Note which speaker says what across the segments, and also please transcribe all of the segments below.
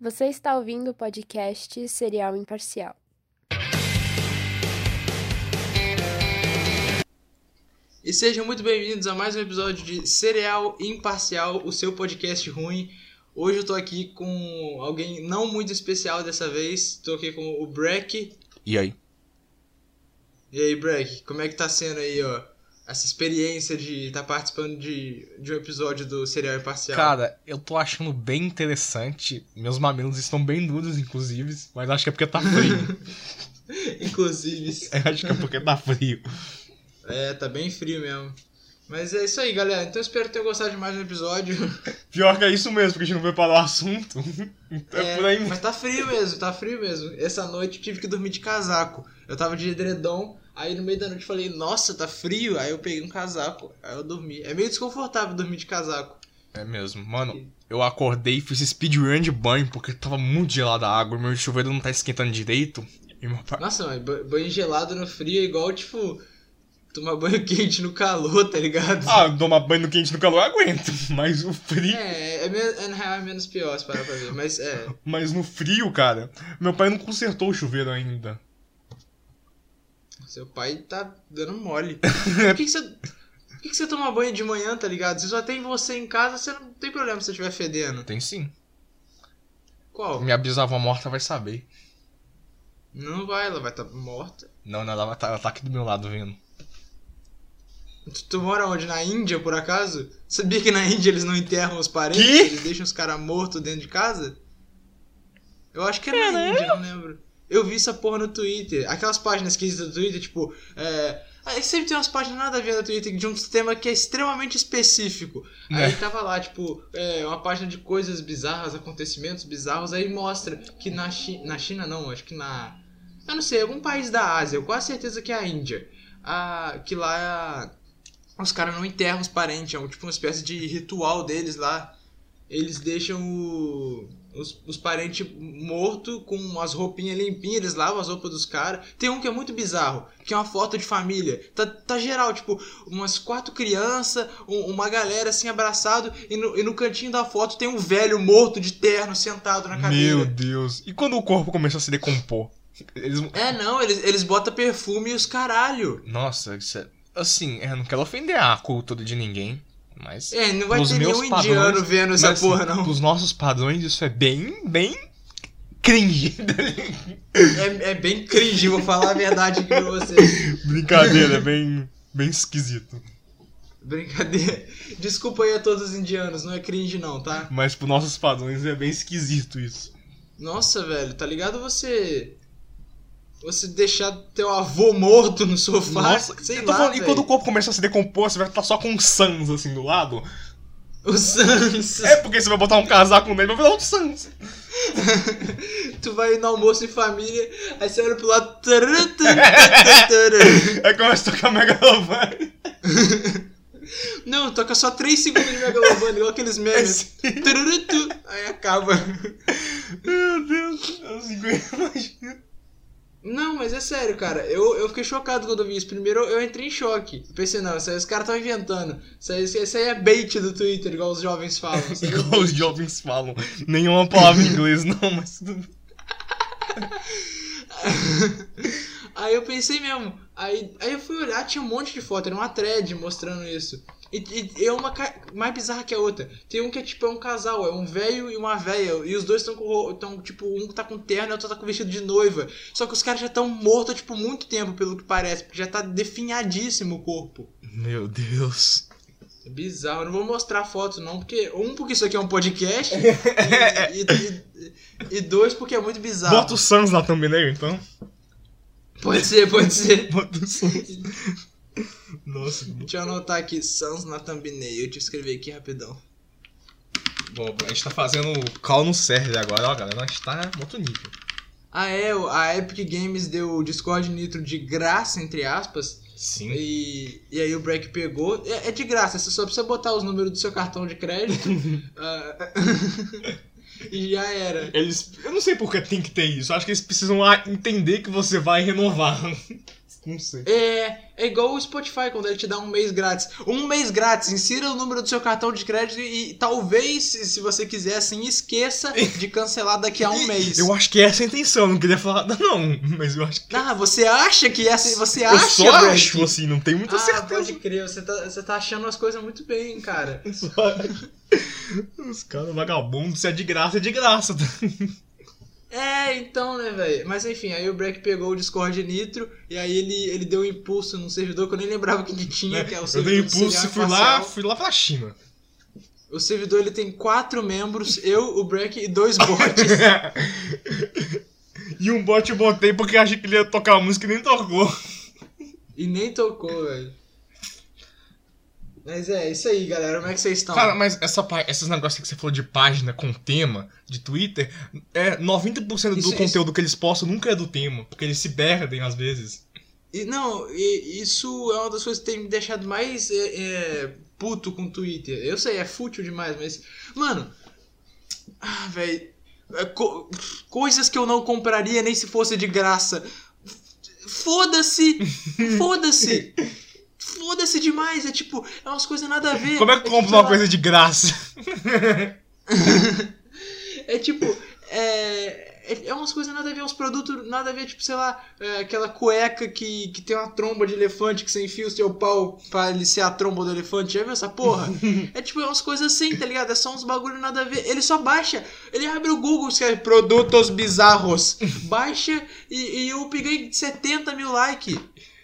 Speaker 1: Você está ouvindo o podcast Serial Imparcial.
Speaker 2: E sejam muito bem-vindos a mais um episódio de Cereal Imparcial, o seu podcast ruim. Hoje eu tô aqui com alguém não muito especial dessa vez. Tô aqui com o Breck.
Speaker 3: E aí?
Speaker 2: E aí, Breck, como é que tá sendo aí, ó? Essa experiência de estar participando de, de um episódio do Serial Imparcial.
Speaker 3: Cara, eu tô achando bem interessante. Meus mamilos estão bem duros, inclusive, mas acho que é porque tá frio.
Speaker 2: Inclusive.
Speaker 3: Eu acho que é porque tá frio.
Speaker 2: É, tá bem frio mesmo. Mas é isso aí, galera. Então eu espero que tenham gostado de mais um episódio.
Speaker 3: Pior que é isso mesmo, porque a gente não preparou o assunto. Então é, por aí mesmo.
Speaker 2: mas tá frio mesmo, tá frio mesmo. Essa noite eu tive que dormir de casaco. Eu tava de edredom, aí no meio da noite eu falei, nossa, tá frio. Aí eu peguei um casaco, aí eu dormi. É meio desconfortável dormir de casaco.
Speaker 3: É mesmo. Mano, eu acordei e fiz speedrun de banho porque tava muito gelada a água. Meu chuveiro não tá esquentando direito. E meu pai...
Speaker 2: Nossa, mas ba- banho gelado no frio é igual, tipo, tomar banho quente no calor, tá ligado?
Speaker 3: Ah, eu tomar banho no quente e no calor eu aguento. Mas o frio.
Speaker 2: É, é, men- é, na real é menos pior, se parar pra ver. Mas é.
Speaker 3: Mas no frio, cara. Meu pai não consertou o chuveiro ainda.
Speaker 2: Seu pai tá dando mole. Por que, que você. Por que, que você toma banho de manhã, tá ligado? Se só tem você em casa, você não tem problema se você estiver fedendo.
Speaker 3: Tem sim.
Speaker 2: Qual?
Speaker 3: Minha bisavó morta vai saber.
Speaker 2: Não vai, ela vai estar tá morta.
Speaker 3: Não, não, ela tá, ela tá aqui do meu lado vendo.
Speaker 2: Tu, tu mora onde? Na Índia, por acaso? Sabia que na Índia eles não enterram os parentes?
Speaker 3: Que?
Speaker 2: Eles deixam os caras mortos dentro de casa? Eu acho que era na Índia, não lembro. Eu vi essa porra no Twitter. Aquelas páginas esquisitas do Twitter, tipo... É... Aí sempre tem umas páginas nada a ver no Twitter de um tema que é extremamente específico. Aí
Speaker 3: É.
Speaker 2: tava lá, tipo, é, uma página de coisas bizarras, acontecimentos bizarros. Aí mostra que na, Chi na China, não, acho que na... Eu não sei, algum país da Ásia. Eu quase certeza que é a Índia. Ah, que lá os caras não enterram os parentes, é um, tipo uma espécie de ritual deles lá. Eles deixam o- os, os parentes mortos com as roupinhas limpinhas, eles lavam as roupas dos caras. Tem um que é muito bizarro, que é uma foto de família. Tá, tá geral, tipo, umas quatro crianças, um- uma galera assim abraçado, e no, e no cantinho da foto tem um velho morto de terno sentado na cadeira.
Speaker 3: Meu Deus. E quando o corpo começou a se decompor? Eles...
Speaker 2: É, não, eles, eles botam perfume e os caralho.
Speaker 3: Nossa, isso é... Assim, eu não quero ofender a cultura de ninguém, mas...
Speaker 2: É, não vai
Speaker 3: Nos
Speaker 2: ter
Speaker 3: meus
Speaker 2: nenhum
Speaker 3: padrões,
Speaker 2: indiano vendo essa
Speaker 3: mas,
Speaker 2: porra,
Speaker 3: assim,
Speaker 2: não.
Speaker 3: Pros nossos padrões, isso é bem, bem... Cringe.
Speaker 2: É, é bem cringe, vou falar a verdade pra vocês.
Speaker 3: Brincadeira, é bem... Bem esquisito.
Speaker 2: Brincadeira. Desculpa aí a todos os indianos, não é cringe não, tá?
Speaker 3: Mas pros nossos padrões é bem esquisito isso.
Speaker 2: Nossa, velho, tá ligado você. Você deixar teu avô morto no sofá? sei
Speaker 3: eu tô
Speaker 2: lá.
Speaker 3: falando, e
Speaker 2: velho.
Speaker 3: quando o corpo começar a se decompor, você vai estar só com um Sans assim do lado?
Speaker 2: O Sans.
Speaker 3: É porque você vai botar um casaco nele, vai virar um Sans.
Speaker 2: Tu vai no almoço em família, aí você olha pro lado. tarã, tarã, tarã, tarã.
Speaker 3: Aí começa a tocar Megalovania.
Speaker 2: Não, toca só 3 segundos de megalovania, igual aqueles memes. Tururutu, Aí acaba.
Speaker 3: Meu Deus, eu não imagino.
Speaker 2: Não, mas é sério, cara. Eu, eu fiquei chocado quando eu vi isso. Primeiro eu entrei em choque. Eu pensei, não, isso aí os caras estão inventando. Isso aí, isso aí é bait do Twitter, igual os jovens falam. sabe?
Speaker 3: Igual os jovens falam. Nenhuma palavra em inglês, não, mas tudo bem.
Speaker 2: aí eu pensei mesmo. Aí, aí eu fui olhar, tinha um monte de foto, era uma thread mostrando isso. E, e- e é uma ca- mais bizarra que a outra. Tem um que é tipo é um casal, é um velho e uma velha. E os dois estão com. ro- tão, tipo, um tá com terno e o outro tá com vestido de noiva. Só que os caras já estão mortos, tipo, muito tempo, pelo que parece. Porque já tá definhadíssimo o corpo.
Speaker 3: Meu Deus.
Speaker 2: É Bizarro, eu não vou mostrar foto não, porque. Um, porque isso aqui é um podcast. e, e- e- e dois, porque é muito bizarro.
Speaker 3: Bota o Sans na thumbnail, então.
Speaker 2: Pode ser, pode ser.
Speaker 3: Bota o Sans. Nossa, que bom.
Speaker 2: Deixa eu anotar aqui, Sans na thumbnail. Deixa eu escrever aqui rapidão.
Speaker 3: bom. A gente tá fazendo o cal no serve agora, ó, galera. A gente tá em outro nível.
Speaker 2: Ah, é, o- a Epic Games deu o Discord Nitro de graça, entre aspas.
Speaker 3: Sim.
Speaker 2: E, e aí o Break pegou. É, é de graça, você só precisa botar os números do seu cartão de crédito. Ah, e já era.
Speaker 3: Eles. Eu não sei porque tem que ter isso. Eu acho que eles precisam ah, entender que você vai renovar. Não sei.
Speaker 2: É, É igual o Spotify, quando ele te dá um mês grátis. Um mês grátis, insira o número do seu cartão de crédito e talvez, se se você quiser, assim, esqueça de cancelar
Speaker 3: é
Speaker 2: daqui a um mês.
Speaker 3: Eu acho que essa é a intenção, não queria falar nada não, mas eu acho que...
Speaker 2: Ah, você acha que é assim? Você acha,
Speaker 3: eu só
Speaker 2: Brad?
Speaker 3: acho, assim, não tenho muita
Speaker 2: Ah,
Speaker 3: certeza.
Speaker 2: pode crer, você tá, você tá achando as coisas muito bem, cara.
Speaker 3: Só- Os caras vagabundos, se é de graça, é de graça.
Speaker 2: É, então, né, velho? Mas enfim, aí o Breck pegou o Discord Nitro e aí ele, ele deu um impulso num servidor que eu nem lembrava que ele tinha, que é o
Speaker 3: eu
Speaker 2: servidor
Speaker 3: dei um
Speaker 2: do
Speaker 3: impulso,
Speaker 2: Serial
Speaker 3: fui lá,
Speaker 2: Imparcial.
Speaker 3: fui lá pra China.
Speaker 2: O servidor ele tem quatro membros, eu, o Breck e dois bots.
Speaker 3: e um bot eu botei porque achei que ele ia tocar a música e nem tocou.
Speaker 2: e nem tocou, velho. Mas é, isso aí, galera. Como é que vocês estão?
Speaker 3: Cara, mas essa, pá- esses negócios que você falou de página com tema, de Twitter, é 90% do
Speaker 2: Isso- isso-
Speaker 3: conteúdo que eles postam nunca é do tema, porque eles se perdem às vezes.
Speaker 2: E, não, e- isso é uma das coisas que tem me deixado mais é, é, puto com o Twitter. Eu sei, é fútil demais, mas. Mano. Ah, velho. coisas que eu não compraria nem se fosse de graça. F- Foda-se! Foda-se! Foda-se demais! É tipo, é umas coisas nada a ver.
Speaker 3: Como é que
Speaker 2: tipo,
Speaker 3: compra
Speaker 2: sei
Speaker 3: uma
Speaker 2: lá,
Speaker 3: coisa de graça?
Speaker 2: É tipo, é, é, é umas coisas nada a ver, uns produtos nada a ver, tipo, sei lá, é, aquela cueca que, que tem uma tromba de elefante que você enfia o seu pau pra aliciar a tromba do elefante, já viu essa porra? é tipo, é umas coisas assim, tá ligado? É só uns bagulho nada a ver. Ele só baixa, ele abre o Google, escreve produtos bizarros, baixa e, e eu peguei 70 mil likes.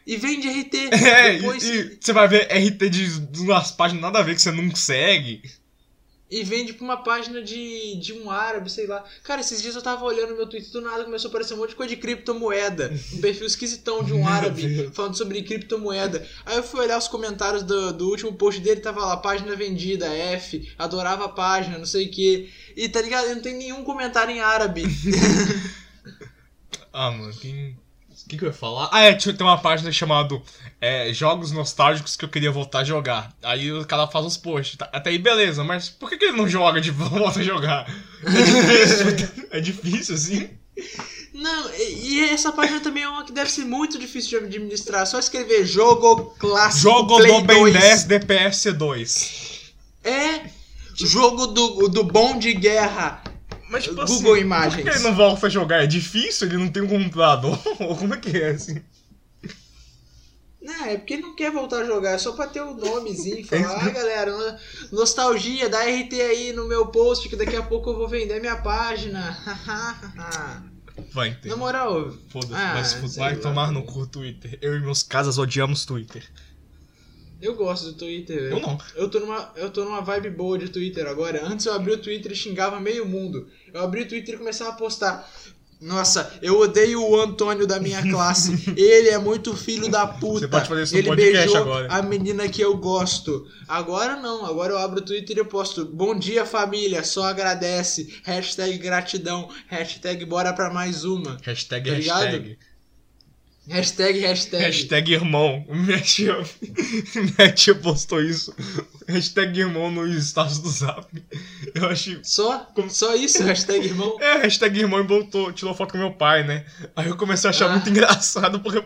Speaker 2: E vende RT.
Speaker 3: É, e-
Speaker 2: Depois,
Speaker 3: e, você vai ver RT de, de umas páginas nada a ver que você não segue.
Speaker 2: E vende pra uma página de, de um árabe, sei lá. Cara, esses dias eu tava olhando meu Twitter do nada começou a aparecer um monte de coisa de criptomoeda. Um perfil esquisitão de um
Speaker 3: Meu
Speaker 2: árabe
Speaker 3: Deus.
Speaker 2: falando sobre criptomoeda. Aí eu fui olhar os comentários do, do último post dele, tava lá, página vendida, F, adorava a página, não sei o que. E tá ligado? Não tem nenhum comentário em árabe.
Speaker 3: Ah, mano, quem. O que, que eu ia falar? Ah, é, tinha- tem uma página chamada é, Jogos Nostálgicos que eu queria voltar a jogar. Aí o cara faz uns posts. tá- até aí, beleza, mas por que, que ele não joga de volta a jogar? É difícil, é difícil assim.
Speaker 2: Não, e, e essa página também é uma que deve ser muito difícil de administrar. Só escrever jogo clássico.
Speaker 3: Jogo
Speaker 2: Play
Speaker 3: do Ben
Speaker 2: 2.
Speaker 3: 10 DPS 2.
Speaker 2: É. Jogo do, do bom de guerra.
Speaker 3: Mas, tipo
Speaker 2: Google
Speaker 3: assim,
Speaker 2: Imagens.
Speaker 3: Por que ele não volta a jogar? É difícil? Ele não tem um computador? Ou como é que é assim?
Speaker 2: Não, é porque ele não quer voltar a jogar, é só pra ter o nomezinho,
Speaker 3: É isso
Speaker 2: falar, ah,
Speaker 3: mesmo.
Speaker 2: galera, no- nostalgia, dá RT aí no meu post, que daqui a pouco eu vou vender minha página.
Speaker 3: Vai entender.
Speaker 2: Na moral,
Speaker 3: Foda-se,
Speaker 2: Ah,
Speaker 3: vai, se fu-
Speaker 2: sei
Speaker 3: vai
Speaker 2: lá,
Speaker 3: tomar no
Speaker 2: também.
Speaker 3: cu Twitter. Eu e meus casas odiamos Twitter.
Speaker 2: eu gosto do Twitter,
Speaker 3: Eu
Speaker 2: velho.
Speaker 3: não.
Speaker 2: Eu tô, numa, eu tô numa vibe boa de Twitter agora. Antes eu abri o Twitter e xingava meio mundo. Eu abri o Twitter e começava a postar. Nossa, eu odeio o Antônio da minha classe. Ele é muito filho da puta.
Speaker 3: Você pode fazer isso no
Speaker 2: Ele
Speaker 3: podcast
Speaker 2: beijou
Speaker 3: agora.
Speaker 2: a menina que eu gosto. Agora não, agora eu abro o Twitter e eu posto Bom dia família, só agradece. Hashtag gratidão. Hashtag bora pra mais uma.
Speaker 3: Hashtag,
Speaker 2: Tá ligado?
Speaker 3: hashtag.
Speaker 2: Hashtag, hashtag.
Speaker 3: Hashtag irmão. Minha tia, minha tia postou isso. Hashtag irmão no status do zap. Eu achei.
Speaker 2: Só? Só isso? Hashtag irmão?
Speaker 3: É, hashtag irmão e botou, tirou foto com meu pai, né? Aí eu comecei a achar
Speaker 2: Ah.
Speaker 3: muito engraçado, porque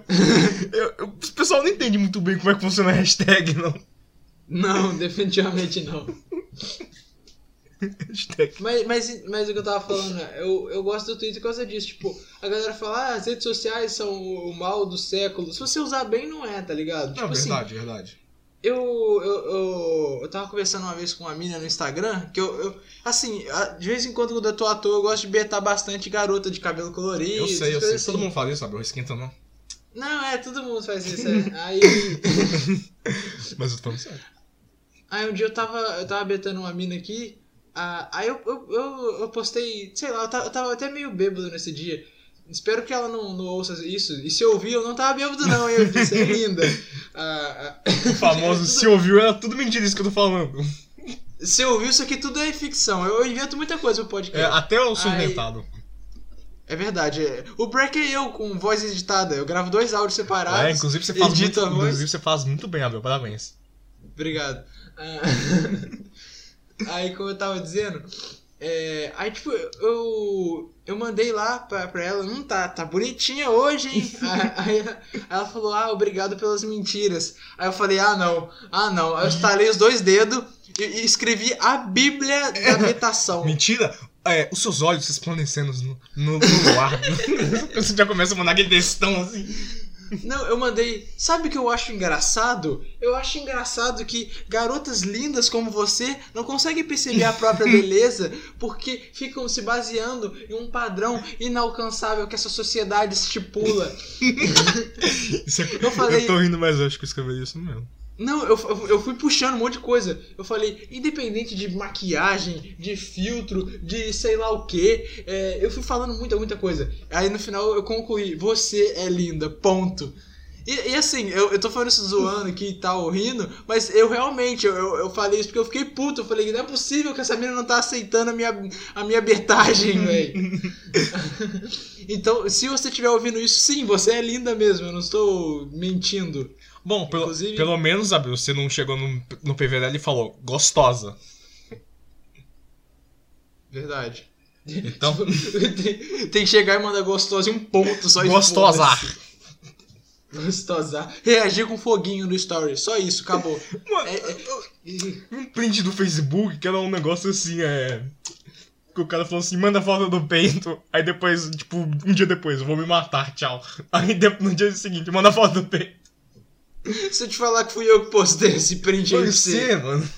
Speaker 3: eu- eu- o pessoal não entende muito bem como é que funciona a hashtag, não.
Speaker 2: Tipo Não, definitivamente não.
Speaker 3: Hashtag.
Speaker 2: Mas, mas, mas o que eu tava falando, né, eu, eu gosto do Twitter por causa disso. Tipo, a galera fala, ah, as redes sociais são o mal do século. Se você usar bem, não é, tá ligado? tipo assim,
Speaker 3: verdade.
Speaker 2: eu, eu, eu, eu tava conversando uma vez com uma mina no Instagram, que eu, eu assim, a- de vez em quando quando eu tô à toa, eu gosto de betar bastante garota de cabelo colorido. essas coisas assim.
Speaker 3: mundo fala isso, sabe? Eu esquenta não.
Speaker 2: Não, é, todo mundo faz isso. é. Aí,
Speaker 3: Mas eu tô certo.
Speaker 2: aí um dia eu tava, eu tava betando uma mina aqui, ah, aí eu, eu, eu, eu postei, sei lá, eu tava, eu tava até meio bêbado nesse dia. Espero que ela não, não ouça isso. E se ouvir, eu não tava bêbado, não, hein? eu disse ainda. Ah, ah,
Speaker 3: O famoso se ouviu, era tudo mentira isso que eu tô falando.
Speaker 2: se ouvir, isso aqui tudo é ficção. Eu invento muita coisa pro podcast.
Speaker 3: É, até eu sou inventado.
Speaker 2: É verdade. é. O Break é eu com voz editada. Eu gravo dois áudios separados.
Speaker 3: É, inclusive você faz muito,
Speaker 2: edito a voz.
Speaker 3: inclusive você faz muito bem, Abel, parabéns.
Speaker 2: Obrigado. Ah, Aí, como eu tava dizendo, É, aí, tipo, eu, eu mandei lá pra, pra ela, hum, tá, tá bonitinha hoje, hein? aí ela- ela falou, ah, obrigado pelas mentiras. Aí eu falei, ah, não, ah, não. Aí eu estalei os dois dedos e, e escrevi a Bíblia da habitação.
Speaker 3: Mentira! É, os seus olhos se esplandecendo no, no, no ar. Você já começa a mandar aquele textão assim.
Speaker 2: Não, eu mandei. Sabe o que eu acho engraçado? Eu acho engraçado que garotas lindas como você não conseguem perceber a própria beleza porque ficam se baseando em um padrão inalcançável que essa sociedade estipula.
Speaker 3: Isso é-
Speaker 2: Eu falei-
Speaker 3: tô rindo, mas eu acho que eu escrevi isso mesmo.
Speaker 2: Não, eu, eu- eu fui puxando um monte de coisa. Eu falei, independente de maquiagem, de filtro, de sei lá o que, eu fui falando muita, muita coisa. Aí no final eu concluí, você é linda, ponto. E, e assim, eu, eu tô falando isso zoando aqui e tal, rindo, mas eu realmente, eu, eu, eu falei isso porque eu fiquei puto. Eu falei, não é possível que essa menina não tá aceitando a minha, a minha betagem, velho. então, se você estiver ouvindo isso, sim, você é linda mesmo, eu não estou mentindo.
Speaker 3: Bom, pelo,
Speaker 2: Inclusive-
Speaker 3: pelo menos, Abil, você não chegou no, no PVL e falou gostosa.
Speaker 2: Verdade.
Speaker 3: Então,
Speaker 2: tem, tem que chegar e mandar gostosa e um ponto só e
Speaker 3: gostosar.
Speaker 2: foda-se. Gostosar. Reagir com foguinho no story. Só isso, acabou.
Speaker 3: Mano,
Speaker 2: É, é- e-
Speaker 3: um print do Facebook que era um negócio assim, é. Que o cara falou assim, manda foto do peito. Aí depois, tipo, um dia depois, eu vou me matar, tchau. Aí de- no dia seguinte, manda foto do peito.
Speaker 2: se eu te falar que fui eu que postei esse print aí pra você.
Speaker 3: mano.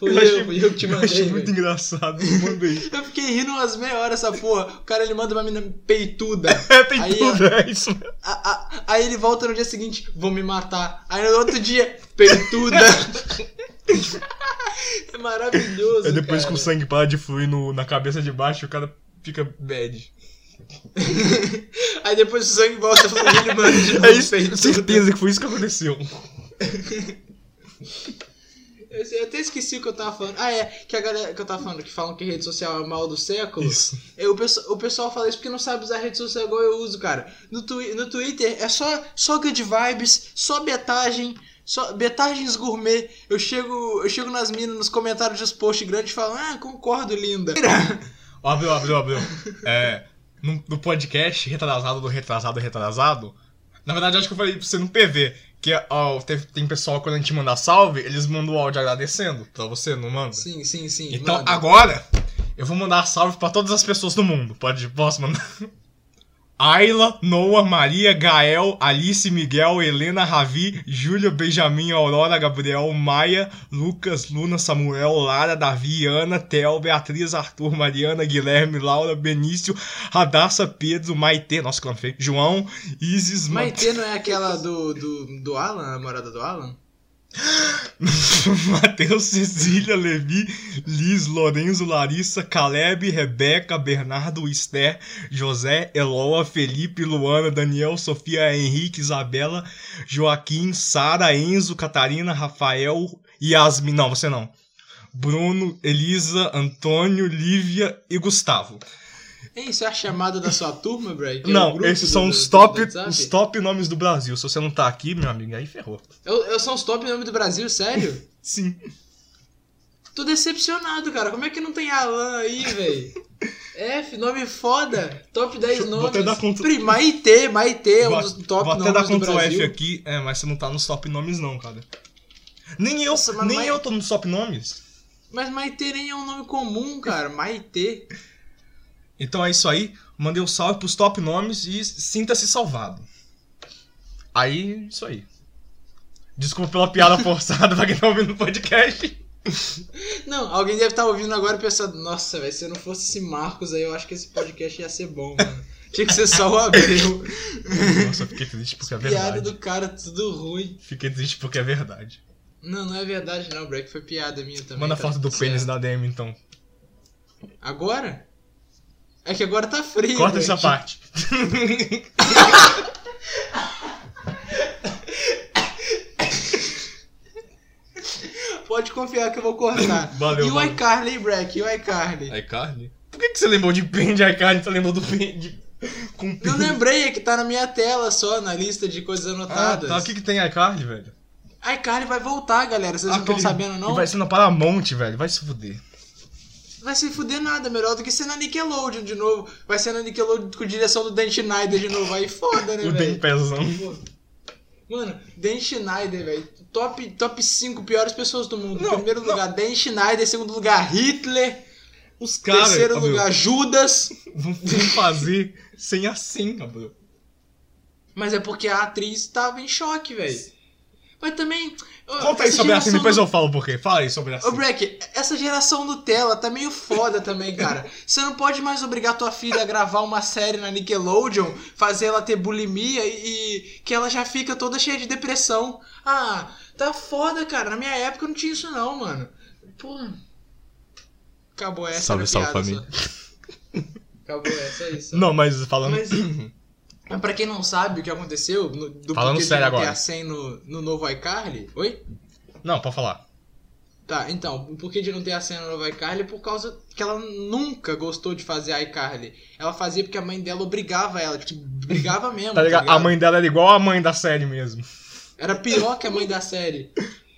Speaker 2: Fui eu,
Speaker 3: achei-
Speaker 2: fui eu que te
Speaker 3: eu achei
Speaker 2: mandei.
Speaker 3: muito
Speaker 2: velho.
Speaker 3: engraçado, eu mandei.
Speaker 2: Eu fiquei rindo umas meia hora essa porra. O cara ele manda uma menina peituda.
Speaker 3: É, tem
Speaker 2: Aí, ó.
Speaker 3: tudo, é isso.
Speaker 2: A- a- aí ele volta no dia seguinte, vou me matar. Aí no outro dia, peituda. é maravilhoso.
Speaker 3: Aí depois
Speaker 2: cara.
Speaker 3: que o sangue para de fluir no- na cabeça de baixo, o cara fica bad.
Speaker 2: Aí depois o sangue volta pro ele, mano, de novo.
Speaker 3: É isso,
Speaker 2: feito.
Speaker 3: certeza que foi isso que aconteceu.
Speaker 2: Eu, eu até esqueci o que eu tava falando. Ah, é, que a galera que eu tava falando, que falam que rede social é o mal do século.
Speaker 3: Isso.
Speaker 2: Eu, o, pessoal, o pessoal fala isso porque não sabe usar rede social igual eu uso, cara. No, twi no Twitter é só, só good vibes, só betagem, só betagens gourmet. Eu chego, eu chego nas minas, nos comentários dos posts grandes e falo, ah, concordo, linda.
Speaker 3: Ó, Abriu, abriu, abriu. É, no, no podcast retrasado do retrasado retrasado, na verdade acho que eu falei pra você no PV, que ó, teve- tem pessoal quando a gente manda salve, eles mandam o áudio agradecendo pra você, não manda?
Speaker 2: Sim, sim, sim.
Speaker 3: Então
Speaker 2: manda.
Speaker 3: agora eu vou mandar salve pra todas as pessoas do mundo. Pode, posso mandar? Ayla, Noah, Maria, Gael, Alice, Miguel, Helena, Ravi, Júlia, Benjamin, Aurora, Gabriel, Maia, Lucas, Luna, Samuel, Lara, Davi, Ana, Theo, Beatriz, Arthur, Mariana, Guilherme, Laura, Benício, Radassa, Pedro, Maitê, nossa, que nome feio, João, Isis, Ma-
Speaker 2: Maitê não é aquela do, do, do Alan, a namorada do Alan?
Speaker 3: Matheus, Cecília, Levi, Liz, Lorenzo, Larissa, Caleb, Rebeca, Bernardo, Esther, José, Eloa, Felipe, Luana, Daniel, Sofia, Henrique, Isabela, Joaquim, Sara, Enzo, Catarina, Rafael, Yasmin. Não, você não. Bruno, Elisa, Antônio, Lívia e Gustavo.
Speaker 2: É isso, é a chamada da sua turma, Bray? Que é o
Speaker 3: não,
Speaker 2: grupo
Speaker 3: esses
Speaker 2: do-
Speaker 3: são
Speaker 2: do-
Speaker 3: os
Speaker 2: do
Speaker 3: top,
Speaker 2: WhatsApp?
Speaker 3: os top nomes do Brasil. Se você não tá aqui, meu amigo, aí ferrou.
Speaker 2: Eu, eu sou os top nome do Brasil, sério?
Speaker 3: Sim.
Speaker 2: Tô decepcionado, cara. Como é que não tem Alan aí, véi? F, nome foda. Top 10
Speaker 3: Deixa eu-
Speaker 2: nomes.
Speaker 3: vou até dar conta-
Speaker 2: Pri, Maitê, Maitê é um dos top
Speaker 3: vou até
Speaker 2: nomes
Speaker 3: dar
Speaker 2: do
Speaker 3: Ctrl F
Speaker 2: Brasil.
Speaker 3: aqui, é, mas você não tá nos top nomes não, cara. Nem eu,
Speaker 2: Nossa, mas
Speaker 3: nem
Speaker 2: vai-
Speaker 3: eu tô nos top nomes.
Speaker 2: Mas Maitê nem é um nome comum, cara. Maitê.
Speaker 3: Então é isso aí, mandei um salve pros top nomes e sinta-se salvado. Aí, isso aí. Desculpa pela piada forçada pra quem tá ouvindo o podcast.
Speaker 2: Não, alguém deve estar ouvindo agora e pensando, nossa, velho, se eu não fosse esse Marcos aí, eu acho que esse podcast ia ser bom, mano. Tinha que ser só o Abreu.
Speaker 3: Nossa, eu fiquei triste porque é
Speaker 2: Piada
Speaker 3: verdade.
Speaker 2: do cara, tudo ruim.
Speaker 3: Fiquei triste porque é verdade.
Speaker 2: Não, não é verdade não, Break. Foi piada minha também.
Speaker 3: Manda
Speaker 2: tá
Speaker 3: foto do
Speaker 2: tudo
Speaker 3: pênis
Speaker 2: certo.
Speaker 3: da DM, então.
Speaker 2: Agora? É que agora tá frio.
Speaker 3: Corta
Speaker 2: Breck.
Speaker 3: essa parte.
Speaker 2: Pode confiar que eu vou cortar.
Speaker 3: Valeu,
Speaker 2: E o
Speaker 3: valeu.
Speaker 2: iCarly, hein, Breck? E o iCarly?
Speaker 3: iCarly? Por que, que você lembrou de pênis de iCarly e você lembrou do pênis de... com
Speaker 2: Não
Speaker 3: pênis?
Speaker 2: lembrei, é que tá na minha tela só, na lista de coisas
Speaker 3: Ah,
Speaker 2: anotadas.
Speaker 3: tá. O que, que tem iCarly, velho?
Speaker 2: iCarly vai voltar, galera. Vocês não estão
Speaker 3: Aquele-
Speaker 2: sabendo, não?
Speaker 3: E vai ser na Paramount, velho. Vai se fuder.
Speaker 2: vai se fuder nada, melhor do que ser na Nickelodeon de novo. Vai ser na Nickelodeon com direção do Dan Schneider de novo, aí foda, né,
Speaker 3: O
Speaker 2: velho?
Speaker 3: Dempezão.
Speaker 2: Mano, Dan Schneider, velho. Top, top 5 piores pessoas do mundo.
Speaker 3: Não,
Speaker 2: Primeiro
Speaker 3: não.
Speaker 2: lugar, Dan Schneider. Segundo lugar, Hitler.
Speaker 3: Os caras.
Speaker 2: terceiro
Speaker 3: Abreu,
Speaker 2: lugar, Judas.
Speaker 3: Vão vão fazer sem assim, Abreu.
Speaker 2: Mas é porque a atriz tava em choque, velho. Mas também.
Speaker 3: Conta aí
Speaker 2: essa
Speaker 3: sobre assim,
Speaker 2: geração
Speaker 3: depois
Speaker 2: do-
Speaker 3: eu falo por quê. Fala aí sobre assim.
Speaker 2: Ô, Breck, essa geração Nutella tá meio foda também, cara. Você não pode mais obrigar tua filha a gravar uma série na Nickelodeon, fazer ela ter bulimia e, e que ela já fica toda cheia de depressão. Ah, tá foda, cara. Na minha época não tinha isso não, mano. Pô. Acabou essa
Speaker 3: Salve,
Speaker 2: era
Speaker 3: salve,
Speaker 2: piada
Speaker 3: família.
Speaker 2: só. Acabou essa, é isso.
Speaker 3: Não, mas falando.
Speaker 2: Mas, mas pra quem não sabe o que aconteceu, no, do
Speaker 3: Falando
Speaker 2: porquê de
Speaker 3: sério
Speaker 2: não ter
Speaker 3: agora.
Speaker 2: a 100 no, no novo iCarly... Oi?
Speaker 3: Não, pode falar.
Speaker 2: Tá, então, o porquê de não ter a cena no iCarly é por causa que ela nunca gostou de fazer iCarly. Ela fazia porque a mãe dela obrigava ela, tipo, brigava mesmo.
Speaker 3: Tá ligado? A
Speaker 2: ligado?
Speaker 3: mãe dela era igual a mãe da série mesmo.
Speaker 2: Era pior que a mãe da série.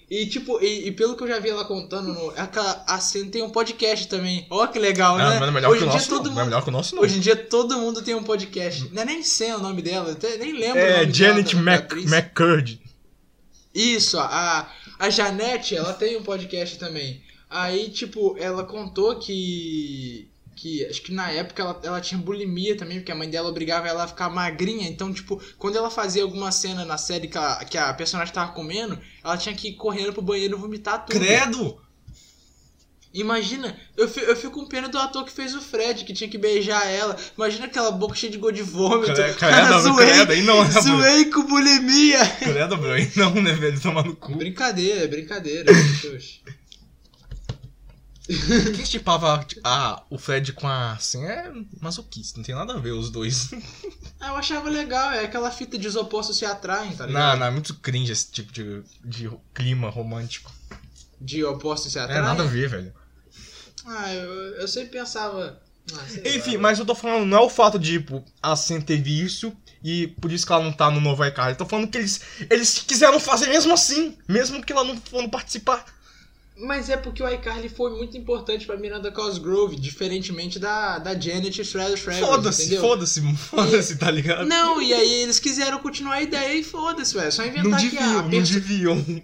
Speaker 2: E, tipo, e, e pelo que eu já vi ela contando, no, é que a, a cena tem um podcast também. Ó, que legal,
Speaker 3: Não,
Speaker 2: né?
Speaker 3: mas não é melhor
Speaker 2: Hoje
Speaker 3: que o
Speaker 2: em dia
Speaker 3: nosso.
Speaker 2: todo
Speaker 3: Não, não é
Speaker 2: mundo.
Speaker 3: melhor que o nosso, não.
Speaker 2: Hoje em dia todo mundo tem um podcast. Não é nem sei o nome dela, eu até nem lembro o
Speaker 3: É,
Speaker 2: nome
Speaker 3: Janet
Speaker 2: dela, da
Speaker 3: Mac
Speaker 2: atriz.
Speaker 3: McCurdy.
Speaker 2: Isso, a, a Janete, ela tem um podcast também. Aí, tipo, ela contou que. que acho que na época ela, ela tinha bulimia também, porque a mãe dela obrigava ela a ficar magrinha. Então, tipo, quando ela fazia alguma cena na série que a, que a personagem tava comendo, ela tinha que ir correndo pro banheiro vomitar tudo.
Speaker 3: Credo!
Speaker 2: Imagina, eu, fi- eu fico com pena do ator que fez o Fred, que tinha que beijar ela. Imagina aquela boca cheia de gosto de vômito.
Speaker 3: Credo,
Speaker 2: Ah,
Speaker 3: credo, credo, aí não, né, Bruno?
Speaker 2: zoei com bulimia.
Speaker 3: Credo, Bruno, aí não, né, velho? Tomar no cu.
Speaker 2: Brincadeira, é brincadeira. Oxi.
Speaker 3: Quem tipava a, o Fred com a assim é masoquista, não tem nada a ver os dois.
Speaker 2: Ah, eu achava legal, é aquela fita de os opostos se atraem, tá ligado?
Speaker 3: não, não, é muito cringe esse tipo de, de clima romântico.
Speaker 2: De opostos se
Speaker 3: Não
Speaker 2: atraem.
Speaker 3: é nada a ver, velho.
Speaker 2: Ah, eu, eu sempre pensava. Ah, sei
Speaker 3: Enfim,
Speaker 2: lá.
Speaker 3: mas eu tô falando, não é o fato de, tipo, a Sam teve isso e por isso que ela não tá no novo iCarly. Eu tô falando que eles, eles quiseram fazer mesmo assim, mesmo que ela não for participar.
Speaker 2: Mas é porque o iCarly foi muito importante pra Miranda Cosgrove, diferentemente da, da Janet Shredder
Speaker 3: É,
Speaker 2: Shredder.
Speaker 3: Foda-se,
Speaker 2: entendeu?
Speaker 3: foda-se, foda-se, tá ligado?
Speaker 2: Não, e aí eles quiseram continuar a ideia e foda-se, velho. Só
Speaker 3: não
Speaker 2: inventar ah, que a.
Speaker 3: deviam, não
Speaker 2: perso-
Speaker 3: deviam.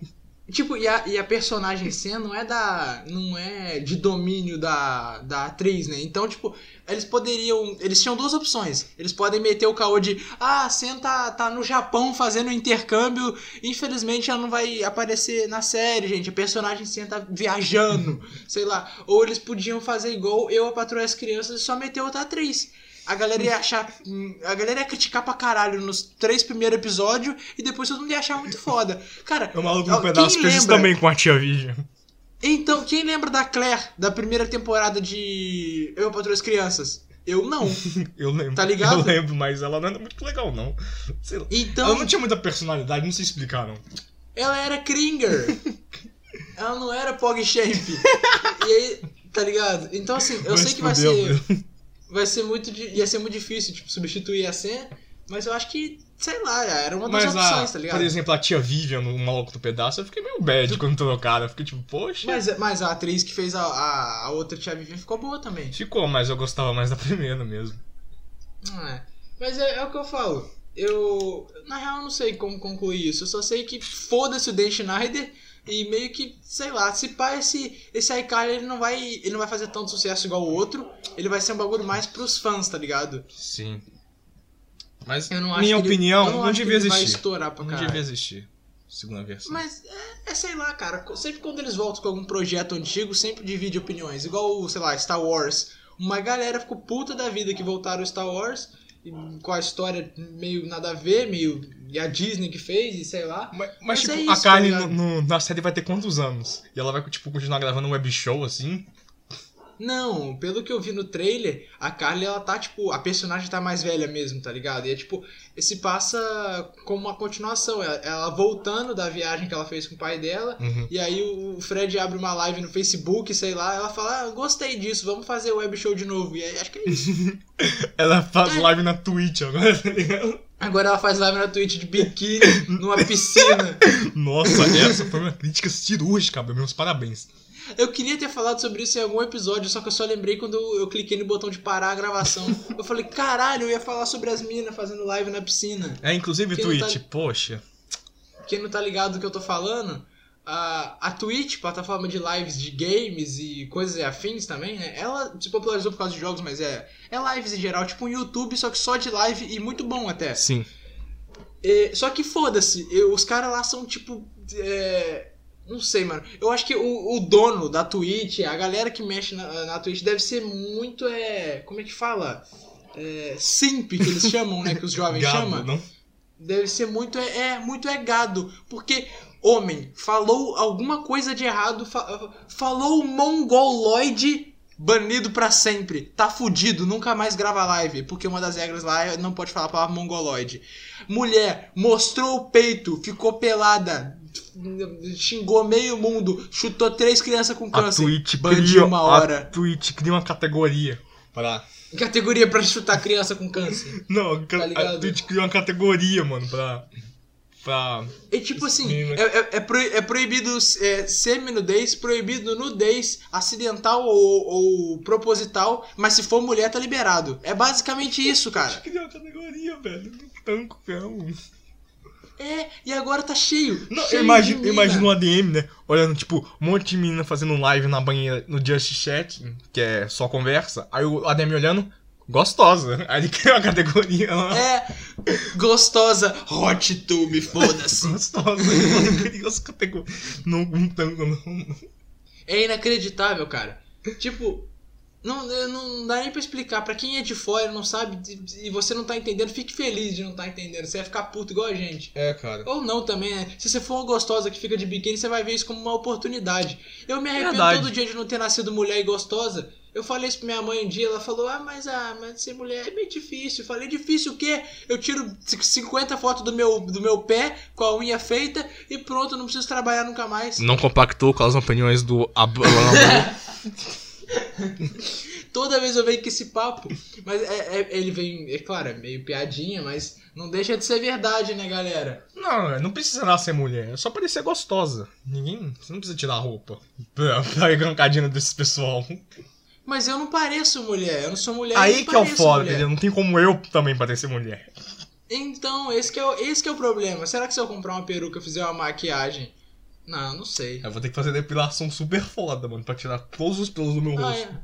Speaker 2: Tipo, e a, e a personagem Sam não é da. não é de domínio da, da atriz, né? Então, tipo, eles poderiam. Eles tinham duas opções. Eles podem meter o caô de ah, a Sam tá, tá no Japão fazendo intercâmbio. Infelizmente ela não vai aparecer na série, gente. A personagem Sam tá viajando, sei lá. Ou eles podiam fazer igual eu a patroa as crianças e só meter outra atriz. A galera ia achar. hum, A galera ia criticar pra caralho nos três primeiros episódios e depois todo mundo ia achar muito foda. Cara,
Speaker 3: O É um maluco
Speaker 2: Ó,
Speaker 3: no
Speaker 2: quem
Speaker 3: pedaço fez isso
Speaker 2: lembra?
Speaker 3: também com a tia Vigia.
Speaker 2: Então, quem lembra da Claire, da primeira temporada de Eu Patrulho as Crianças? Eu não.
Speaker 3: Eu lembro.
Speaker 2: Tá ligado?
Speaker 3: Eu lembro, mas ela não era muito legal, não. Sei lá.
Speaker 2: Então,
Speaker 3: Ela não tinha muita personalidade, não sei explicar, não.
Speaker 2: ela era Kringer. ela não era PogChamp. e aí, tá ligado? Então, assim, eu
Speaker 3: Mas
Speaker 2: sei que vai
Speaker 3: fudeu,
Speaker 2: ser,
Speaker 3: meu.
Speaker 2: vai ser muito, di- ia ser muito difícil, tipo, substituir a Sam, mas eu acho que, sei lá, era uma das
Speaker 3: Mas, a,
Speaker 2: opções, tá ligado?
Speaker 3: por exemplo, a tia Vivian no Maluco do Pedaço, eu fiquei meio bad quando trocaram. Eu fiquei tipo, poxa.
Speaker 2: Mas, mas a atriz que fez a, a, a outra Tia Vivian ficou boa também.
Speaker 3: Ficou, mas eu gostava mais da primeira mesmo.
Speaker 2: Não é. Mas é, é o que eu falo. Eu, na real, não sei como concluir isso. Eu só sei que foda-se o Dan Schneider e meio que, sei lá, se pá, esse, esse iCarly ele não vai ele não vai fazer tanto sucesso igual o outro. Ele vai ser um bagulho mais pros fãs, tá ligado?
Speaker 3: Sim. Mas,
Speaker 2: Eu não acho
Speaker 3: minha
Speaker 2: que ele-
Speaker 3: opinião,
Speaker 2: eu
Speaker 3: não,
Speaker 2: acho que
Speaker 3: devia
Speaker 2: ele vai
Speaker 3: existir.
Speaker 2: estourar pra
Speaker 3: Não
Speaker 2: caralho.
Speaker 3: devia existir. Segunda versão.
Speaker 2: Mas é, é, sei lá, cara. co- Sempre quando eles voltam com algum projeto antigo, sempre divide opiniões. Igual, o, sei lá, Star Wars. Uma galera ficou puta da vida que voltaram o Star Wars e, com a história meio nada a ver, meio. E a Disney que fez, e sei lá.
Speaker 3: Mas, mas,
Speaker 2: Mas
Speaker 3: tipo,
Speaker 2: é
Speaker 3: a
Speaker 2: isso,
Speaker 3: Carly
Speaker 2: tá ligado?
Speaker 3: no- no- na série vai ter quantos anos? E ela vai, tipo, continuar gravando um web show, assim?
Speaker 2: Não, pelo que eu vi no trailer, a Carly, ela tá, tipo, a personagem tá mais velha mesmo, tá ligado? E é, tipo, se passa como uma continuação. Ela, ela voltando da viagem que ela fez com o pai dela,
Speaker 3: Uhum.
Speaker 2: E aí o o Fred abre uma live no Facebook, sei lá, ela fala, ah, gostei disso, vamos fazer o web show de novo. E aí acho que é isso.
Speaker 3: Ela faz
Speaker 2: É.
Speaker 3: live na Twitch agora, tá ligado?
Speaker 2: Agora ela faz live na Twitch de biquíni, numa piscina.
Speaker 3: Nossa, essa foi uma crítica cirúrgica, meu. Meus parabéns.
Speaker 2: Eu queria ter falado sobre isso em algum episódio, só que eu só lembrei quando eu cliquei no botão de parar a gravação. Eu falei, caralho, eu ia falar sobre as minas fazendo live na piscina.
Speaker 3: É, inclusive
Speaker 2: Quem tá- não
Speaker 3: Twitch, poxa.
Speaker 2: Quem não tá ligado do que eu tô falando, a, a Twitch, plataforma de lives de games e coisas e afins também, né? Ela se popularizou por causa de jogos, mas é, é lives em geral, tipo um YouTube, só que só de live e muito bom até.
Speaker 3: Sim.
Speaker 2: É, só que foda-se, eu- os caras lá são tipo. é, não sei, mano. Eu acho que o, o dono da Twitch, a galera que mexe na, na Twitch, deve ser muito. É, como é que fala? É, simp, que eles chamam, né? Que os jovens chamam.
Speaker 3: Gado, não?
Speaker 2: Deve ser muito é, é, muito é gado, porque homem falou alguma coisa de errado, fa- falou um mongoloide banido pra sempre. Tá fudido, nunca mais grava live, porque uma das regras lá é não pode falar a palavra mongoloide. Mulher mostrou o peito, ficou pelada, xingou meio mundo, chutou três crianças com
Speaker 3: A
Speaker 2: câncer.
Speaker 3: Twitch
Speaker 2: bane
Speaker 3: cria
Speaker 2: uma hora.
Speaker 3: A Twitch cria uma categoria pra.
Speaker 2: Categoria pra chutar criança com câncer.
Speaker 3: Não, ca- a
Speaker 2: ligado?
Speaker 3: Twitch criou uma categoria, mano, pra. pra.
Speaker 2: É tipo assim,
Speaker 3: Menino.
Speaker 2: é, é, é, pro- é proibido é, semi-nudez, proibido nudez acidental ou, ou proposital, mas se for mulher tá liberado. É basicamente isso, cara.
Speaker 3: criou uma categoria, velho. Não tanco, não.
Speaker 2: É, e agora tá cheio.
Speaker 3: Não,
Speaker 2: cheio
Speaker 3: eu imagino,
Speaker 2: de
Speaker 3: eu imagino um
Speaker 2: mina.
Speaker 3: ADM, né? Olhando, tipo, um monte de menina fazendo live na banheira no Just Chat, que é só conversa. Aí o ADM olhando, gostosa. Aí ele cria uma categoria lá.
Speaker 2: É, gostosa, hot tu, me foda-se.
Speaker 3: Gostosa. Ele criou essa categoria. Não, não tanco, não.
Speaker 2: É inacreditável, cara. Tipo, não, eu não dá nem pra explicar. Pra quem é de fora e não sabe e você não tá entendendo, fique feliz de não tá entendendo. Você vai ficar puto igual a gente.
Speaker 3: É, cara.
Speaker 2: Ou não também, né? Se você for uma gostosa que fica de biquíni, você vai ver isso como uma oportunidade. Eu me arrependo
Speaker 3: Verdade.
Speaker 2: todo dia de não ter nascido mulher e gostosa. Eu falei isso pra minha mãe um dia, ela falou: Ah, mas, ah, mas ser mulher é meio difícil. Eu falei: Difícil o quê? Eu tiro c- 50 fotos do meu, do meu pé com a unha feita e pronto, eu não preciso trabalhar nunca mais.
Speaker 3: Não compactou com as opiniões do Ab-
Speaker 2: Toda vez eu venho com esse papo. Mas é- é- ele vem, é claro, é meio piadinha, mas não deixa de ser verdade, né, galera?
Speaker 3: Não, velho, não precisa nascer mulher, é só parecer gostosa. Ninguém. Você não precisa tirar a roupa. Pra, pra gancadina desse pessoal.
Speaker 2: Mas eu não pareço mulher, eu não sou mulher. eu
Speaker 3: Aí
Speaker 2: não
Speaker 3: que é o
Speaker 2: pareço
Speaker 3: foda,
Speaker 2: mulher.
Speaker 3: entendeu? Não tem como eu também parecer mulher.
Speaker 2: Então, esse que, é o, esse que é o problema. Será que se eu comprar uma peruca e fizer uma maquiagem? Não, não sei.
Speaker 3: Eu vou ter que fazer depilação super foda, mano, pra tirar todos os pelos do meu
Speaker 2: Ah,
Speaker 3: rosto.
Speaker 2: é.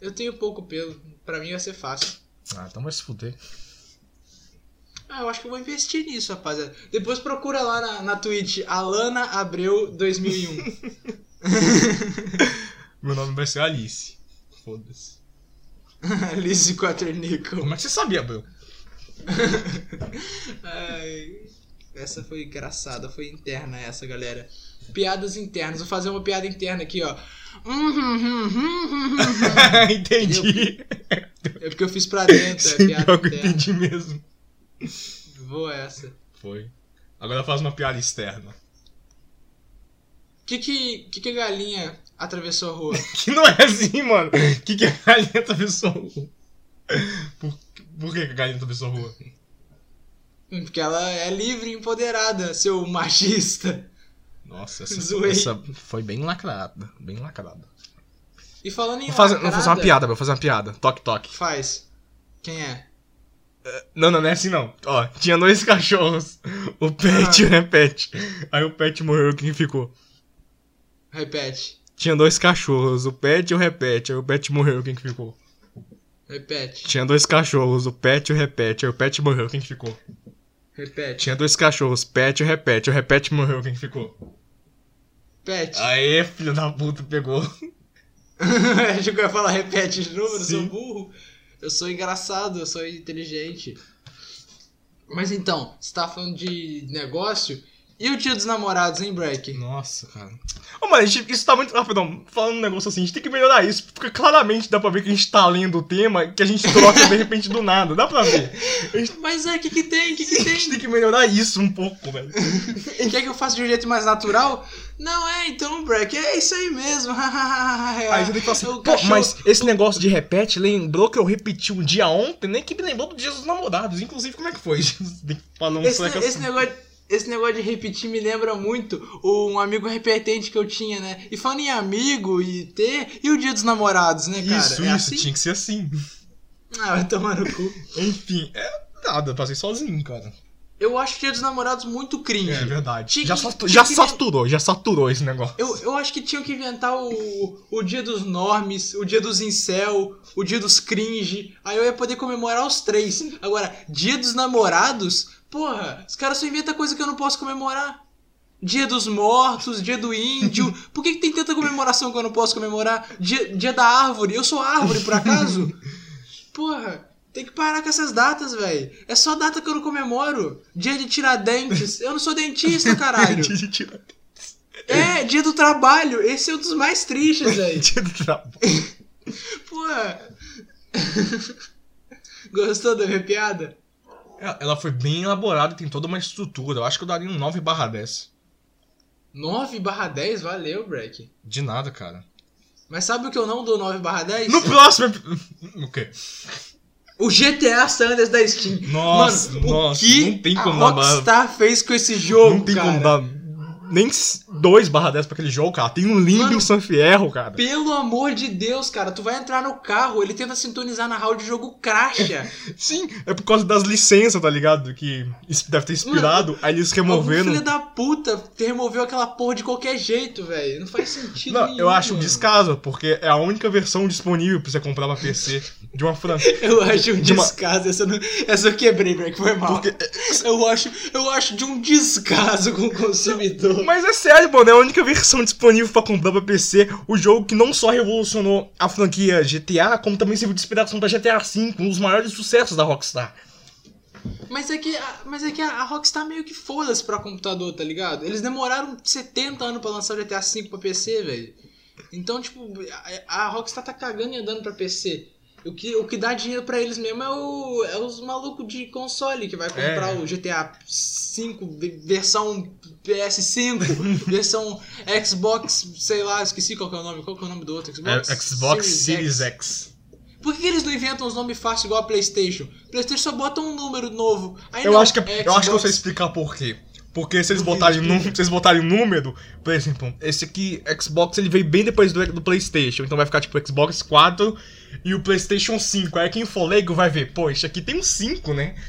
Speaker 2: Eu tenho pouco pelo. Pra mim vai ser fácil.
Speaker 3: Ah, então vai se fuder.
Speaker 2: Ah, eu acho que eu vou investir nisso, rapaziada. Depois procura lá na, na Twitch, Alana Abreu 2001.
Speaker 3: Meu nome vai ser Alice. Foda-se.
Speaker 2: Alice um. Quaternico.
Speaker 3: Como é que você sabia, Bruno?
Speaker 2: Ai, essa foi engraçada, foi interna essa, galera. Piadas internas. Vou fazer uma piada interna aqui, ó. Uhum,
Speaker 3: entendi.
Speaker 2: É porque eu fiz pra dentro, é
Speaker 3: Sim,
Speaker 2: piada
Speaker 3: pior que eu
Speaker 2: interna.
Speaker 3: entendi mesmo.
Speaker 2: Vou essa.
Speaker 3: Foi. Agora faz uma piada externa.
Speaker 2: Que que, que que a galinha atravessou a rua?
Speaker 3: Que não é assim, mano. Que que a galinha atravessou a rua? Por, por que que a galinha atravessou a rua?
Speaker 2: Hum, Porque ela é livre e empoderada, seu machista.
Speaker 3: Nossa,
Speaker 2: Zoei.
Speaker 3: foi bem lacrada. Bem lacrada.
Speaker 2: E falando em
Speaker 3: Vou fazer, vou
Speaker 2: lacrada,
Speaker 3: fazer uma piada, vou fazer uma piada. Toque, toque.
Speaker 2: Faz. Quem é?
Speaker 3: Não, não, não é assim não. Ó, tinha dois cachorros. O Pet
Speaker 2: Ah.
Speaker 3: e o Repete. Aí o Pet morreu, quem ficou?
Speaker 2: Repete.
Speaker 3: Tinha dois cachorros, o Pet e o Repete. Aí o Pet morreu, quem que ficou?
Speaker 2: Repete.
Speaker 3: Tinha dois cachorros, o Pet e o Repete. Aí o Pet morreu, quem que ficou?
Speaker 2: Repete.
Speaker 3: Tinha dois cachorros, Pet e o Repete. O Repete morreu, quem que ficou?
Speaker 2: Repete.
Speaker 3: Aê, filho da puta, pegou.
Speaker 2: Achei que eu ia falar repete de novo, eu não sou
Speaker 3: Sim.
Speaker 2: burro. Eu sou engraçado, eu sou inteligente. Mas então, você tá falando de negócio? E o dia dos namorados, hein, Break?
Speaker 3: Nossa, cara. Ô, mano, a gente- isso tá muito rapidão. Falando um negócio assim, a gente tem que melhorar isso, porque claramente dá pra ver que a gente tá lendo o tema que a gente troca de repente do nada. Dá pra ver.
Speaker 2: Mas é, o que que tem? O que que
Speaker 3: A
Speaker 2: tem?
Speaker 3: gente tem que melhorar isso um pouco, velho.
Speaker 2: Quer que eu faça de um jeito mais natural? Não, é, então, Breck, é isso aí mesmo.
Speaker 3: Aí você tem que falar assim,
Speaker 2: O
Speaker 3: pô,
Speaker 2: cachorro-
Speaker 3: mas esse negócio de repete lembrou que eu repeti um dia ontem, nem que me lembrou do dia dos namorados. Inclusive, como é que foi? Tem que falar um
Speaker 2: Esse,
Speaker 3: sueco
Speaker 2: esse negócio, Esse negócio de repetir me lembra muito um amigo repetente que eu tinha, né? E falando em amigo e ter, e o dia dos namorados, né, cara?
Speaker 3: isso,
Speaker 2: É
Speaker 3: isso,
Speaker 2: assim?
Speaker 3: tinha que ser assim.
Speaker 2: Ah, vai tomar no cu.
Speaker 3: Enfim, é nada, passei sozinho, cara.
Speaker 2: Eu acho o dia dos namorados muito cringe.
Speaker 3: É verdade.
Speaker 2: Tinha
Speaker 3: já
Speaker 2: que-
Speaker 3: satu-
Speaker 2: tinha
Speaker 3: já
Speaker 2: que-
Speaker 3: saturou, já saturou esse negócio.
Speaker 2: Eu, eu acho que tinham que inventar o, o dia dos normes, o dia dos incel, o dia dos cringe. Aí eu ia poder comemorar os três. Agora, dia dos namorados? Porra, os caras só inventam coisa que eu não posso comemorar. Dia dos mortos, dia do índio. Por que, que tem tanta comemoração que eu não posso comemorar? Dia, dia da árvore. Eu sou árvore, por acaso? Porra, tem que parar com essas datas, velho. É só data que eu não comemoro. Dia de tirar dentes. Eu não sou dentista, caralho.
Speaker 3: Tira-
Speaker 2: É, dia do trabalho. Esse é um dos mais tristes, velho. Tipo,
Speaker 3: tira do trabalho.
Speaker 2: Pô. Gostou da minha piada?
Speaker 3: É, Ela ela foi bem elaborada, tem toda uma estrutura. Eu acho que eu daria um 9 barra 10.
Speaker 2: 9 barra 10? Valeu, Breck.
Speaker 3: De nada, cara.
Speaker 2: Mas sabe o que eu não dou 9 barra 10?
Speaker 3: No próximo... epi- O quê?
Speaker 2: O GTA Sanders da Steam.
Speaker 3: Nossa,
Speaker 2: Mano,
Speaker 3: nossa,
Speaker 2: o que
Speaker 3: não tem como
Speaker 2: a
Speaker 3: dar barra-
Speaker 2: Rockstar fez com esse jogo,
Speaker 3: Não tem
Speaker 2: cara?
Speaker 3: como dar nem 2 barra 10 pra aquele jogo, cara. Tem um Limbo e
Speaker 2: Mano.
Speaker 3: um Sanfierro, cara.
Speaker 2: Pelo amor de Deus, cara. Tu vai entrar no carro, ele tenta sintonizar na rádio, o jogo cracha.
Speaker 3: Sim, é por causa das licenças, tá ligado? Que isso deve ter inspirado, aí eles
Speaker 2: Algum
Speaker 3: removendo.
Speaker 2: filho da puta te removeu aquela porra de qualquer jeito, velho. Não faz sentido
Speaker 3: Não,
Speaker 2: nenhum,
Speaker 3: eu acho um
Speaker 2: mano.
Speaker 3: descaso, porque é a única versão disponível pra você comprar pra PC de uma franquia.
Speaker 2: Eu acho um
Speaker 3: De uma-
Speaker 2: descaso, essa, eu não, essa eu quebrei, Breck, foi mal.
Speaker 3: Porque- é,
Speaker 2: Eu, acho, eu acho de um descaso com o consumidor.
Speaker 3: Mas é sério, mano, é a única versão disponível pra comprar pra PC. O jogo que não só revolucionou a franquia GTA, como também serviu de inspiração pra GTA V, um dos maiores sucessos da Rockstar.
Speaker 2: Mas é que, a- mas é que a, a Rockstar meio que foda-se pra computador, tá ligado? Eles demoraram 70 anos pra lançar o GTA V pra PC, velho. Então, tipo, a, a Rockstar tá cagando e andando pra PC. O que, o que dá dinheiro pra eles mesmo é, o, é os malucos de console que vai comprar
Speaker 3: É.
Speaker 2: o GTA V, ve- versão PS5, versão Xbox, sei lá, esqueci qual que é o nome, qual que é o nome do outro?
Speaker 3: X.
Speaker 2: Por que, que eles não inventam os nomes fáceis igual a PlayStation? PlayStation só bota um número novo. Aí
Speaker 3: Eu
Speaker 2: não,
Speaker 3: acho que
Speaker 2: é
Speaker 3: eu acho que eu
Speaker 2: Xbox.
Speaker 3: sei explicar por quê. Porque se eles
Speaker 2: Duvido.
Speaker 3: botarem num, se eles botarem um número, por exemplo, esse aqui Xbox ele veio bem depois do, do PlayStation, então vai ficar tipo Xbox 4 e o PlayStation 5. Aí quem for leigo vai ver, pô, isso aqui tem um 5, né?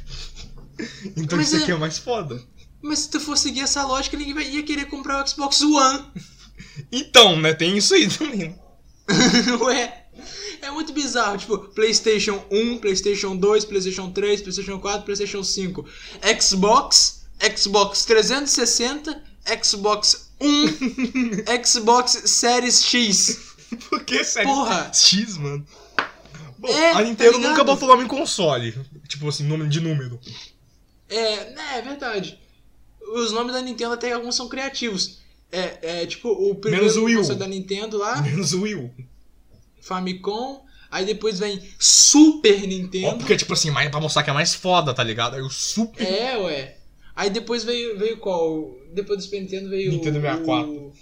Speaker 3: Então
Speaker 2: Mas
Speaker 3: isso aqui
Speaker 2: é-
Speaker 3: é mais foda.
Speaker 2: Mas se tu for seguir essa lógica, ninguém vai- ia querer comprar o Xbox One.
Speaker 3: Então, né, tem isso aí também.
Speaker 2: Ué. É muito bizarro, tipo, PlayStation 1, PlayStation 2, PlayStation 3, PlayStation 4, PlayStation 5, Xbox, Xbox 360, Xbox 1, Xbox Series X.
Speaker 3: Por que sério?
Speaker 2: Porra.
Speaker 3: X, mano. Bom,
Speaker 2: É,
Speaker 3: a Nintendo
Speaker 2: tá ligado?
Speaker 3: nunca botou nome em console. Tipo assim, nome de número.
Speaker 2: É, né, é verdade. Os nomes da Nintendo até que alguns são criativos. É, é tipo, o
Speaker 3: Menos
Speaker 2: primeiro
Speaker 3: o Wii U.
Speaker 2: console da Nintendo lá,
Speaker 3: Menos o Wii U.
Speaker 2: Famicom, aí depois vem Super
Speaker 3: Ó,
Speaker 2: Nintendo.
Speaker 3: porque, tipo assim, mais pra mostrar que é mais foda, tá ligado? Aí o Super.
Speaker 2: É, ué. Aí depois veio, veio qual? Depois do Super Nintendo veio.
Speaker 3: Nintendo 64.
Speaker 2: O...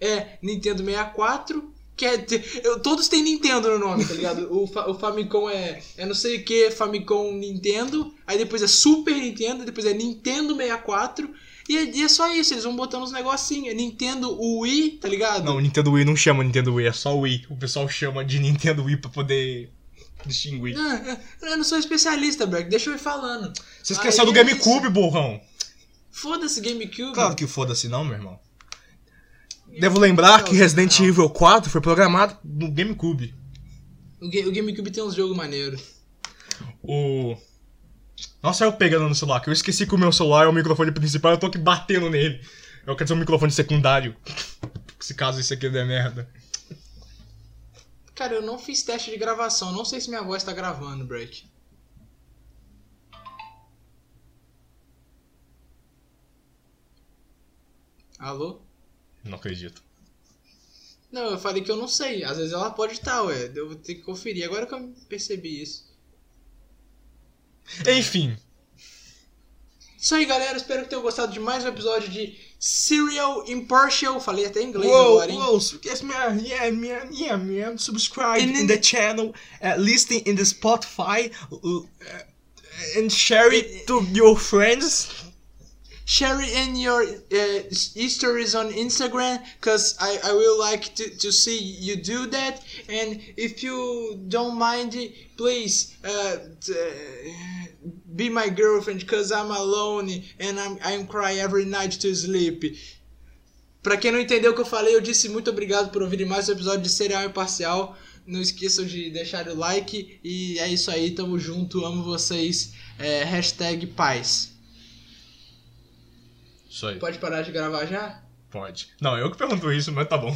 Speaker 2: É, Nintendo 64. Que é, te- eu- todos têm Nintendo no nome, tá ligado? O, fa- o Famicom é, é não sei o que, Famicom Nintendo. Aí depois é Super Nintendo, depois é Nintendo 64. E é, e é só isso, eles vão botando uns negocinhos. É Nintendo Wii, tá ligado?
Speaker 3: Não, o Nintendo Wii não chama Nintendo Wii, é só Wii. O pessoal chama de Nintendo Wii pra poder distinguir.
Speaker 2: Ah, ah, eu não sou especialista, Berg, deixa eu ir falando.
Speaker 3: Você esqueceu do
Speaker 2: Aí é
Speaker 3: GameCube, burrão?
Speaker 2: Foda-se GameCube.
Speaker 3: Claro que foda-se não, meu irmão. Devo lembrar que Resident Evil 4 foi programado no GameCube.
Speaker 2: O, Ga- o GameCube tem uns jogos maneiros.
Speaker 3: O. Nossa, eu pegando no celular, que eu esqueci que o meu celular é o microfone principal, eu tô aqui batendo nele. Eu quero dizer um microfone secundário. Se caso isso aqui der merda.
Speaker 2: Cara, eu não fiz teste de gravação. Não sei se minha voz tá gravando, Break. Alô?
Speaker 3: Não acredito.
Speaker 2: Não, eu falei que eu não sei. Às vezes ela pode estar, ué. Eu vou ter que conferir. Agora que eu percebi isso.
Speaker 3: Enfim,
Speaker 2: Isso aí, galera. Espero que tenham gostado de mais um episódio de Serial Impartial. Falei até em inglês
Speaker 3: Whoa,
Speaker 2: agora, hein?
Speaker 3: whoa, so- yes, man, yeah, man, yeah, man. Subscribe
Speaker 2: And then-
Speaker 3: in the channel, uh, listen in the Spotify, uh, uh, and share it to your friends.
Speaker 2: sharing in your uh, stories on Instagram because I, I will like to, to see you do that. And if you don't mind, please uh, t- uh, be my girlfriend because I'm alone and I'm, I'm crying every night to sleep. Pra quem não entendeu o que eu falei, eu disse muito obrigado por ouvir mais um episódio de Serial Imparcial. Não esqueçam de deixar o like e é isso aí, tamo junto, amo vocês. É, hashtag paz.
Speaker 3: Isso aí.
Speaker 2: Pode parar de gravar já?
Speaker 3: Pode. Não, eu que pergunto isso, mas tá bom.